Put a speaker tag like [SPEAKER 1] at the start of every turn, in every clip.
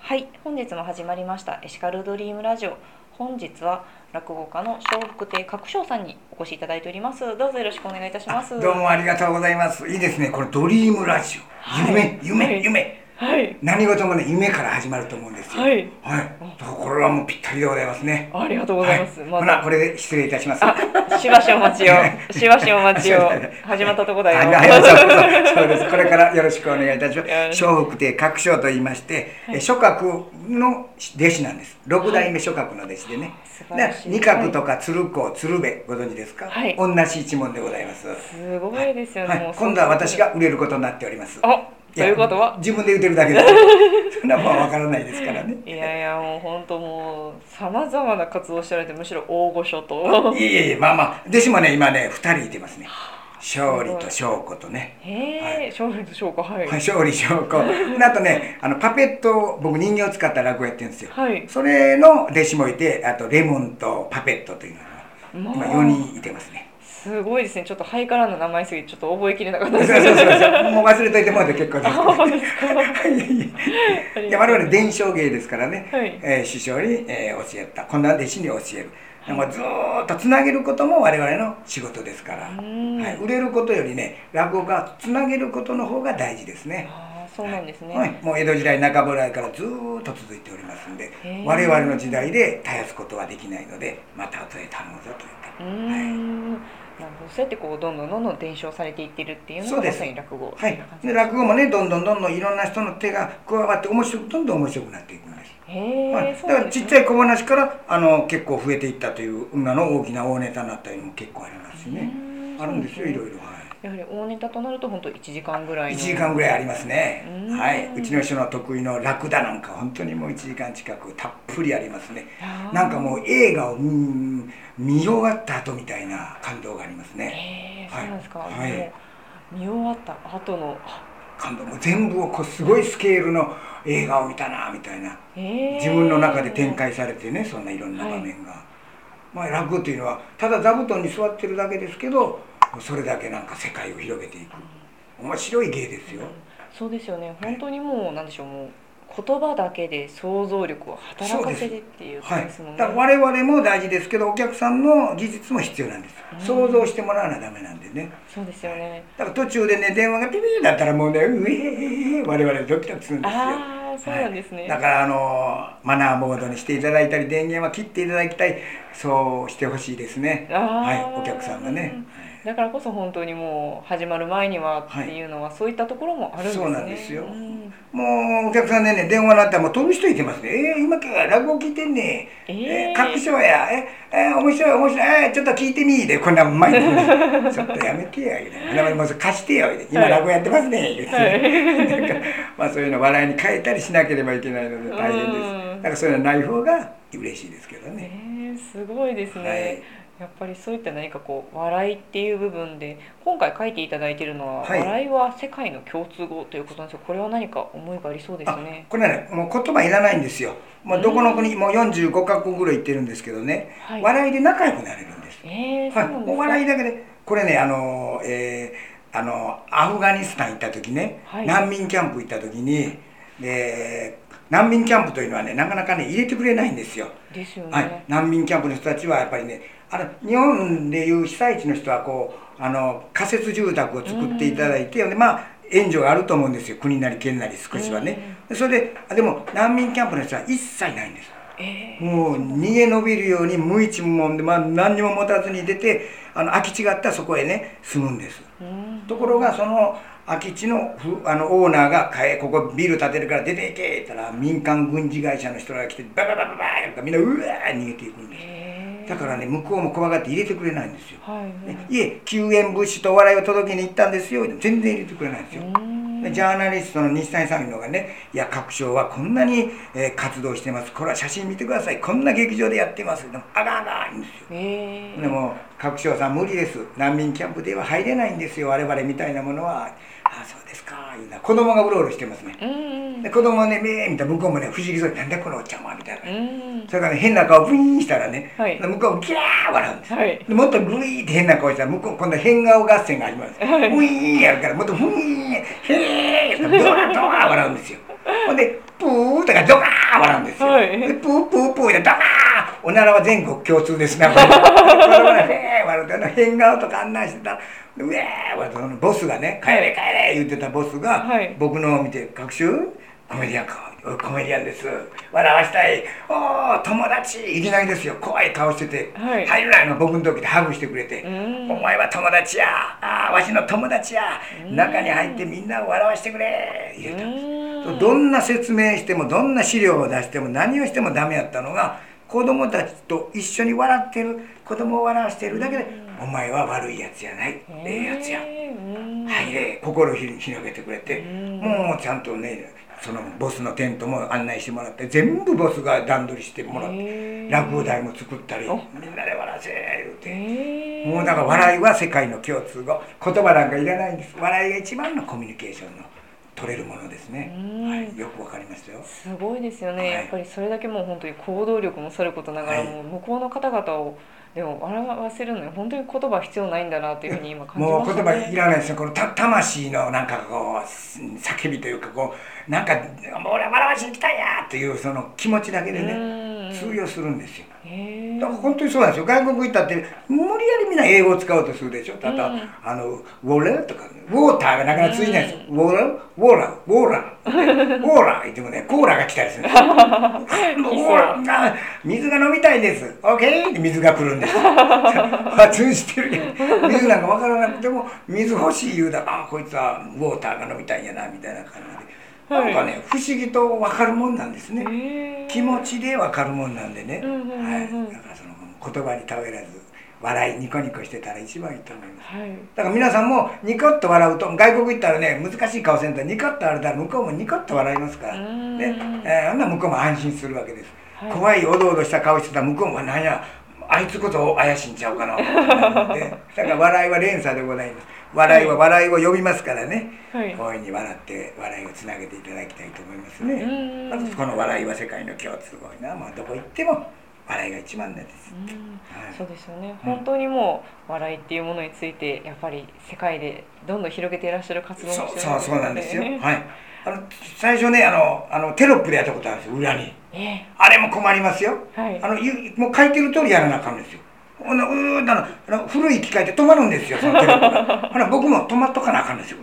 [SPEAKER 1] はい本日も始まりましたエシカルドリームラジオ本日は落語家の笑福亭角翔さんにお越しいただいておりますどうぞよろしくお願いいたします
[SPEAKER 2] どうもありがとうございます。いいですね。これドリームラジオ。
[SPEAKER 1] はい
[SPEAKER 2] 夢、夢、
[SPEAKER 1] はい
[SPEAKER 2] 夢。
[SPEAKER 1] はい
[SPEAKER 2] 何事もね、夢から始まると思うんですよ。
[SPEAKER 1] は
[SPEAKER 2] はいい。これはもうぴったりでございますね。
[SPEAKER 1] ありがとうございます、
[SPEAKER 2] はい
[SPEAKER 1] ま
[SPEAKER 2] ほ
[SPEAKER 1] だ
[SPEAKER 2] な、これで失礼いたします。
[SPEAKER 1] あしばしお待ちをしばしお待ち を始まったとこだよ
[SPEAKER 2] はいはいそうそうそうです。これからよろしくお願いいたしま
[SPEAKER 1] よろし
[SPEAKER 2] す。笑福亭角章と言いまして、え諸閣の弟子なんです。六代目諸閣の弟子でね。
[SPEAKER 1] 素晴ら
[SPEAKER 2] で
[SPEAKER 1] しい
[SPEAKER 2] 二閣とか鶴子、鶴瓶、ご存知ですか
[SPEAKER 1] はい。
[SPEAKER 2] 同じ一門でございます。
[SPEAKER 1] すごいですよね、
[SPEAKER 2] は
[SPEAKER 1] もう
[SPEAKER 2] い、今度は私が売れることになっております。
[SPEAKER 1] あと
[SPEAKER 2] や
[SPEAKER 1] いうことは
[SPEAKER 2] 自分で言ってるだけですそんなもんわからないですか らね
[SPEAKER 1] いやいやもう本当もうさまざまな活動をしてられてむしろ大御所と
[SPEAKER 2] いえいえいえまあまあ弟子もね今ね二人いてますね勝利と勝子とね
[SPEAKER 1] へえ勝利と翔子はい
[SPEAKER 2] はい勝利勝子あとねあのパペットを僕人形を使った落語やってるんですよ、
[SPEAKER 1] はい
[SPEAKER 2] それの弟子もいてあとレモンとパペットというのが
[SPEAKER 1] まあ
[SPEAKER 2] 今4人いてますね
[SPEAKER 1] すごいですねちょっとハイカラーの名前すぎてちょっと覚えきれなかった
[SPEAKER 2] そう
[SPEAKER 1] で
[SPEAKER 2] そ
[SPEAKER 1] す
[SPEAKER 2] うそうそうもう忘れといてもらって結構です
[SPEAKER 1] あ 本当ですか
[SPEAKER 2] いやいやいや我々伝承芸ですからね、
[SPEAKER 1] はい
[SPEAKER 2] えー師匠に、えー教えたこんな弟子に教える、もうずーっとつなげることも我々の仕事ですから、
[SPEAKER 1] ん
[SPEAKER 2] はい、売れることよりね落語がつなげることの方が大事ですね、
[SPEAKER 1] ああそうなんですね、
[SPEAKER 2] はい、もう江戸時代中頃からずーっと続いておりますんで
[SPEAKER 1] へー
[SPEAKER 2] 我々の時代で絶やすことはできないのでまた後で頼むぞというか
[SPEAKER 1] うーんなるほどそうやってこうどんどんどんどん伝承されていってるっていうの
[SPEAKER 2] そ
[SPEAKER 1] が
[SPEAKER 2] う
[SPEAKER 1] ま
[SPEAKER 2] です
[SPEAKER 1] さに落語
[SPEAKER 2] はい
[SPEAKER 1] な感、じ
[SPEAKER 2] で落語もねどんどんどんどんいろんな人の手が加わって面白くどんどん面白くなっていくんです、
[SPEAKER 1] へ
[SPEAKER 2] はい
[SPEAKER 1] え
[SPEAKER 2] だ
[SPEAKER 1] そう
[SPEAKER 2] か
[SPEAKER 1] なん
[SPEAKER 2] ら
[SPEAKER 1] で
[SPEAKER 2] ち
[SPEAKER 1] す
[SPEAKER 2] っ
[SPEAKER 1] ね
[SPEAKER 2] ちゃい小話からあの結構増えていったという今の大きな大ネタになったりも結構ありますしね
[SPEAKER 1] うん
[SPEAKER 2] あるんですよ
[SPEAKER 1] そう
[SPEAKER 2] い
[SPEAKER 1] なん
[SPEAKER 2] ろ
[SPEAKER 1] で
[SPEAKER 2] いろはい
[SPEAKER 1] やはり大ネタとなると本当1時間ぐらい
[SPEAKER 2] 1
[SPEAKER 1] の
[SPEAKER 2] 時間ぐらいありますね
[SPEAKER 1] うん
[SPEAKER 2] はいうちの人の得意の「ラクダ」なんか本当にもう1時間近くたっぷりありますね
[SPEAKER 1] あー
[SPEAKER 2] なんかもう映画をうん見終わった後みたいな感動がありますね
[SPEAKER 1] へえそ
[SPEAKER 2] はいう
[SPEAKER 1] なんですか、
[SPEAKER 2] はい
[SPEAKER 1] もう見終わった後のあ
[SPEAKER 2] 感動もう全部をこうすごいスケールの映画を見たなみたいな
[SPEAKER 1] へえ
[SPEAKER 2] 自分の中で展開されてねそんないろんな場面が、まあ落語というのはただ座布団に座ってるだけですけどそれだけなんか世界を広げていく面白い芸ですよ、
[SPEAKER 1] そうですよね本当にもうなんでしょうもう言葉だけで想像力を働かせるっていう
[SPEAKER 2] は
[SPEAKER 1] 感
[SPEAKER 2] い
[SPEAKER 1] じですもんね、
[SPEAKER 2] だから我々も大事ですけどお客さんの技術も必要なんです、想像してもらわなダメなんでね
[SPEAKER 1] そうですよね
[SPEAKER 2] だから途中でね電話がピピーだったらもうねうえー我々ドキドキするんですよ
[SPEAKER 1] ああそうなんですね、
[SPEAKER 2] はいだからあのマナーモードにしていただいたり電源は切っていただきたいそうしてほしいですね
[SPEAKER 1] あー
[SPEAKER 2] はいお客さんがね、
[SPEAKER 1] だからこそ本当にもう始まる前にはっていうのはそういったところもあるんですね。
[SPEAKER 2] そうなんですよ
[SPEAKER 1] ん
[SPEAKER 2] もうお客さんでね電話になったらもう飛ぶ人いてますね「えー、今から落語聞いてんね
[SPEAKER 1] えー
[SPEAKER 2] えー各所やええー面白い面白い、えーちょっと聞いてみ」でこんなん前 に「ちょっとやめてや」言うて「花丸もう貸してよ」言うて今
[SPEAKER 1] はい
[SPEAKER 2] 落語やってますね」言うて、
[SPEAKER 1] は
[SPEAKER 2] なんかまあそういうの笑いに変えたりしなければいけないので大変で
[SPEAKER 1] うん
[SPEAKER 2] すだからそういうのない方が嬉しいですけどね
[SPEAKER 1] ねえすごいですね、
[SPEAKER 2] はい
[SPEAKER 1] やっぱりそういった何かこう笑いっていう部分で今回書いていただいているのは、
[SPEAKER 2] はい
[SPEAKER 1] 笑いは世界の共通語ということなんですよこれは何か思いがありそうですね。
[SPEAKER 2] これはねもう言葉いらないんですよ、まあ、どこの国もう45カ国ぐらい行ってるんですけどね、
[SPEAKER 1] はい
[SPEAKER 2] 笑いで仲良くなれるんです
[SPEAKER 1] ええそ
[SPEAKER 2] は
[SPEAKER 1] う
[SPEAKER 2] い、
[SPEAKER 1] なん
[SPEAKER 2] お笑い
[SPEAKER 1] で
[SPEAKER 2] だけでこれねあの、えーあのアフガニスタン行った時ね、
[SPEAKER 1] はい
[SPEAKER 2] 難民キャンプ行った時にで難民キャンプというのはねなかなかね入れてくれないんですよ、
[SPEAKER 1] すですよね。
[SPEAKER 2] はい、難民キャンプの人たちはやっぱりねあの日本でいう被災地の人はこうあの仮設住宅を作っていただいて、でまあ援助があると思うんですよ国なり県なり少しはね、それであでも難民キャンプの人は一切ないんです
[SPEAKER 1] ええ
[SPEAKER 2] もう逃げ延びるように無一文で、まあ、何にも持たずに出てあの空き地があったらそこへね住むんです
[SPEAKER 1] うん
[SPEAKER 2] ところがその空き地のふあのオーナーが「買えここビル建てるから出ていけ」って言ったら民間軍事会社の人らが来てバババババーってみんなうわー逃げていくんです
[SPEAKER 1] ええ
[SPEAKER 2] だからね向こうも怖がって入れてくれないんですよ
[SPEAKER 1] はいはい
[SPEAKER 2] ねいえ救援物資とお笑いを届けに行ったんですよでも全然入れてくれないんですよ
[SPEAKER 1] うん
[SPEAKER 2] でジャーナリストの西谷さんのがね「いや各省はこんなに、えー活動してますこれは写真見てくださいこんな劇場でやってます」でも「あらあら」言うんですよ
[SPEAKER 1] ええ
[SPEAKER 2] でも「各省さん無理です難民キャンプでは入れないんですよ我々みたいなものは」「ああそうですか」言うな子供がうろうろしてますね
[SPEAKER 1] うんうん
[SPEAKER 2] で子供はね「めえ」みたいな向こうもね不思議そうに「なんだこのおっちゃんは」みたいな
[SPEAKER 1] うん
[SPEAKER 2] それからね変な顔ブイーンしたらね、
[SPEAKER 1] はい
[SPEAKER 2] 向こうギャー笑うんです、
[SPEAKER 1] はい
[SPEAKER 2] でもっとグイーって変な顔したら向こう今度変顔合戦が始まるんです、
[SPEAKER 1] はい
[SPEAKER 2] ウィーンやるからもっとフィーンへーってドワドワ笑うんですよほんでプーとかドカー笑うんですよ、
[SPEAKER 1] はい
[SPEAKER 2] でプープープーでドカーおならは全国共通ですなこれ笑わないへー笑ってあの変顔とかあんなんしてたらでうえー笑ってそのボスがね「帰れ帰れ」言ってたボスが、
[SPEAKER 1] はい
[SPEAKER 2] 僕のを見て「学習コメディアンか」おいコメディアンです笑わしたいおお友達いきなりですよ怖い顔してて、
[SPEAKER 1] はい
[SPEAKER 2] 入るなの僕の時でハグしてくれて、
[SPEAKER 1] うん
[SPEAKER 2] お前は友達やああわしの友達や中に入ってみんなを笑わしてくれ入れたんです
[SPEAKER 1] うん
[SPEAKER 2] どんな説明してもどんな資料を出しても何をしてもダメやったのが子供たちと一緒に笑ってる子供を笑わしてるだけで「お前は悪いやつやない
[SPEAKER 1] へー
[SPEAKER 2] ええやつや」
[SPEAKER 1] うん
[SPEAKER 2] はいで心をひ広げてくれて
[SPEAKER 1] うん
[SPEAKER 2] もうちゃんとねそのボスのテントも案内してもらって全部ボスが段取りしてもらっ
[SPEAKER 1] へ
[SPEAKER 2] て
[SPEAKER 1] ー
[SPEAKER 2] 落語台も作ったり
[SPEAKER 1] お
[SPEAKER 2] みんなで笑わせ言うて。
[SPEAKER 1] へー
[SPEAKER 2] もうだから笑いは世界の共通語言葉なんかいらないんです笑いが一番のコミュニケーションの取れるものですね、
[SPEAKER 1] うん
[SPEAKER 2] はい、よくわかりましたよ
[SPEAKER 1] すごいですよね、
[SPEAKER 2] はい
[SPEAKER 1] やっぱりそれだけもう本当に行動力もさることながら、
[SPEAKER 2] はい
[SPEAKER 1] もう向こうの方々をでも笑わせるのに本当に言葉必要ないんだなっていうふうに今感じ
[SPEAKER 2] も
[SPEAKER 1] ま
[SPEAKER 2] う
[SPEAKER 1] し
[SPEAKER 2] 言
[SPEAKER 1] た
[SPEAKER 2] 葉
[SPEAKER 1] ね。
[SPEAKER 2] いらないですよこのた魂のなんかこうす叫びというかこうなんか「もう俺は笑わしに来たんや!」っていうその気持ちだけでね
[SPEAKER 1] うん
[SPEAKER 2] 通用するんですよ
[SPEAKER 1] へー
[SPEAKER 2] だから本当にそうなんですよ外国行ったって無理やりみんな英語を使おうとするでしょただ、
[SPEAKER 1] うん
[SPEAKER 2] あのウォーラーとかウォーターがなかなか通じないんですよ、ウォーラーウォーラーウォーラー ウォーラー言ってもねコーラが来たりするんですよもうウォーラーあ水が飲みたいですオッケーって水が来る んですよあ通じてるやん水なんかわからなくても水欲しい言うだあこいつはウォーターが飲みたいんやなみたいな感じで。
[SPEAKER 1] はい
[SPEAKER 2] なんかね不思議と分かるもんなんですね、
[SPEAKER 1] へー
[SPEAKER 2] 気持ちで分かるもんなんでね、
[SPEAKER 1] うんうんうんうん
[SPEAKER 2] はい、だからその言葉に頼らず笑いニコニコしてたら一番いいと思います
[SPEAKER 1] はい。
[SPEAKER 2] だから皆さんもニコッと笑うと外国行ったらね難しい顔せんとニコッと笑ったら向こうもニコッと笑いますから
[SPEAKER 1] うーん
[SPEAKER 2] ねえーあんな向こうも安心するわけです、
[SPEAKER 1] はい
[SPEAKER 2] 怖いおどおどした顔してたら向こうもなんやあいつこそ怪しいんちゃうかなと思って ねだから笑いは連鎖でございます笑いは笑いを呼びますからね、
[SPEAKER 1] はい
[SPEAKER 2] 大いに笑って笑いをつなげていただきたいと思いますね、
[SPEAKER 1] うん
[SPEAKER 2] まずこの笑いは世界の共通語にな、まあ、どこ行っても笑いが一番なんです、
[SPEAKER 1] うん
[SPEAKER 2] はい
[SPEAKER 1] そうですよね、本当にもう笑いっていうものについてやっぱり世界でどんどん広げていらっしゃる活動をして
[SPEAKER 2] そ
[SPEAKER 1] らっ
[SPEAKER 2] う
[SPEAKER 1] しゃ
[SPEAKER 2] そ
[SPEAKER 1] る
[SPEAKER 2] うそうなんですよ。
[SPEAKER 1] ね
[SPEAKER 2] はい。あの最初ねあのあのテロップでやったことあるんですよ裏に。
[SPEAKER 1] え
[SPEAKER 2] あれも困りますよ。
[SPEAKER 1] えはい
[SPEAKER 2] あのゆもう書いてる通りやらなあかんですよ。ほなうーなのあの古い機械で止まるんですよそのテロップが。ほな僕も止まっとかなあかんですよ。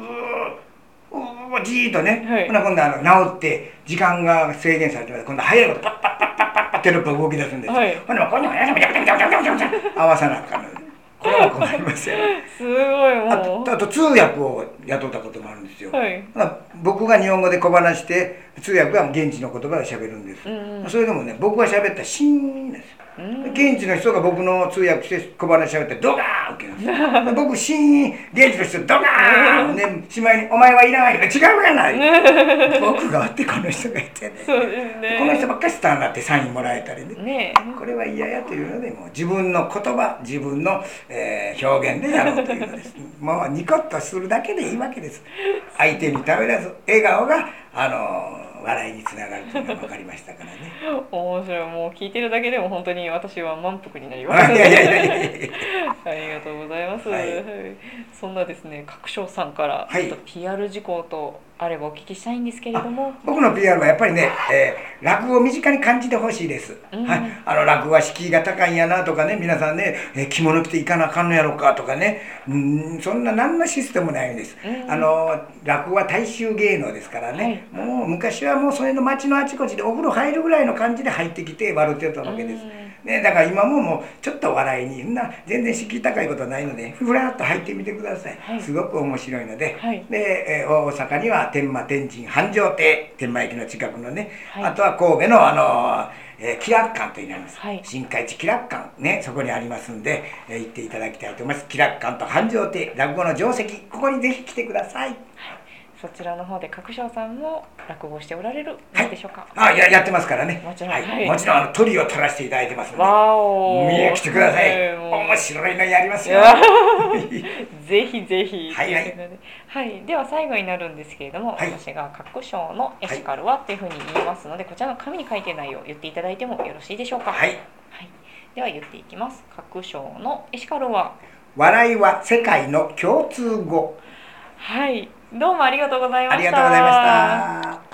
[SPEAKER 2] うーうーじーっとね。
[SPEAKER 1] はい
[SPEAKER 2] ほな今度あの治って時間が制限されてます今度早いことパッパッパッパッパッパッテロップが動き出すんですよ。
[SPEAKER 1] はい
[SPEAKER 2] ほなこんなもんやらなきゃいけない合わさなあかんので。これは困りますよ。
[SPEAKER 1] すごい
[SPEAKER 2] あ
[SPEAKER 1] も
[SPEAKER 2] とあと通訳を雇ったこともあるんですよ、
[SPEAKER 1] うはい
[SPEAKER 2] まあ僕が日本語で小話して通訳は現地の言葉で喋るんです、
[SPEAKER 1] うんうん
[SPEAKER 2] それでもね僕が喋ったらシーンです
[SPEAKER 1] うん
[SPEAKER 2] 現地の人が僕の通訳して小話喋ってドカーン受け ます僕シーン現地の人ドカーンねしまいに「お前はいらない」違うが ない僕があってこの人がいてね
[SPEAKER 1] そうですね
[SPEAKER 2] この人ばっかりスターになってサインもらえたりね
[SPEAKER 1] ね
[SPEAKER 2] これは嫌やというのでもう自分の言葉自分の、えー表現でやろうというのです もうニコッとするだけでいいわけです相手に食べらず笑顔があのー笑いにつながるというのが分かりましたからね
[SPEAKER 1] 面白いもう聞いてるだけでも本当に私は満腹になり
[SPEAKER 2] い
[SPEAKER 1] ます
[SPEAKER 2] やいやいやいやいや
[SPEAKER 1] ありがとうございます、
[SPEAKER 2] は
[SPEAKER 1] はいいそんなですね角翔さんから
[SPEAKER 2] はい
[SPEAKER 1] ちょっと PR 事項とあればお聞きしたいんですけれども、
[SPEAKER 2] 僕の PR はやっぱりね、えー落語を身近に感じてほしいです、
[SPEAKER 1] うん
[SPEAKER 2] はい、あの落語は敷居が高いんやなとかね皆さんね、えー着物着ていかなあかんのやろかとかねうーんそんな何のシステムもないんです、
[SPEAKER 1] うん
[SPEAKER 2] あの落語は大衆芸能ですからね、もう昔はもうそれの町のあちこちでお風呂入るぐらいの感じで入ってきて笑ってたわけです、ね、だから今ももうちょっと笑いにそんな全然敷居高いことはないのでふらっと入ってみてください、
[SPEAKER 1] はい
[SPEAKER 2] すごく面白いので、
[SPEAKER 1] はい
[SPEAKER 2] で、えー大阪には天満天神繁盛亭天満駅の近くのね、
[SPEAKER 1] はい
[SPEAKER 2] あとは神戸のあのー、えー、キラッカンというのがあります、
[SPEAKER 1] はい
[SPEAKER 2] 新海地キラッカンねそこにありますんで、えー行っていただきたいと思いますキラッカンと繁盛亭落語の定石ここにぜひ来てください
[SPEAKER 1] そちらの方で角翔さんも落語しておられる
[SPEAKER 2] はい
[SPEAKER 1] のでしょうか、
[SPEAKER 2] あややってますからね
[SPEAKER 1] もちろん
[SPEAKER 2] はい
[SPEAKER 1] はい
[SPEAKER 2] もちろんあのトリを取らせていただいてますので
[SPEAKER 1] わお
[SPEAKER 2] 見に来てください
[SPEAKER 1] ねもう
[SPEAKER 2] 面白いのやります
[SPEAKER 1] い
[SPEAKER 2] よ
[SPEAKER 1] やぜひぜひ
[SPEAKER 2] はいはい
[SPEAKER 1] とうことではいでは最後になるんですけれども、
[SPEAKER 2] はい
[SPEAKER 1] 私が各賞のエシカルはっていうふうに言いますので、こちらの紙に書いてないを言っていただいてもよろしいでしょうか
[SPEAKER 2] はい
[SPEAKER 1] はい、では言っていきます各賞のエシカルは
[SPEAKER 2] 笑いは世界の共通語
[SPEAKER 1] はいどうもありがとうございま
[SPEAKER 2] あ
[SPEAKER 1] し
[SPEAKER 2] り
[SPEAKER 1] た
[SPEAKER 2] がとうございました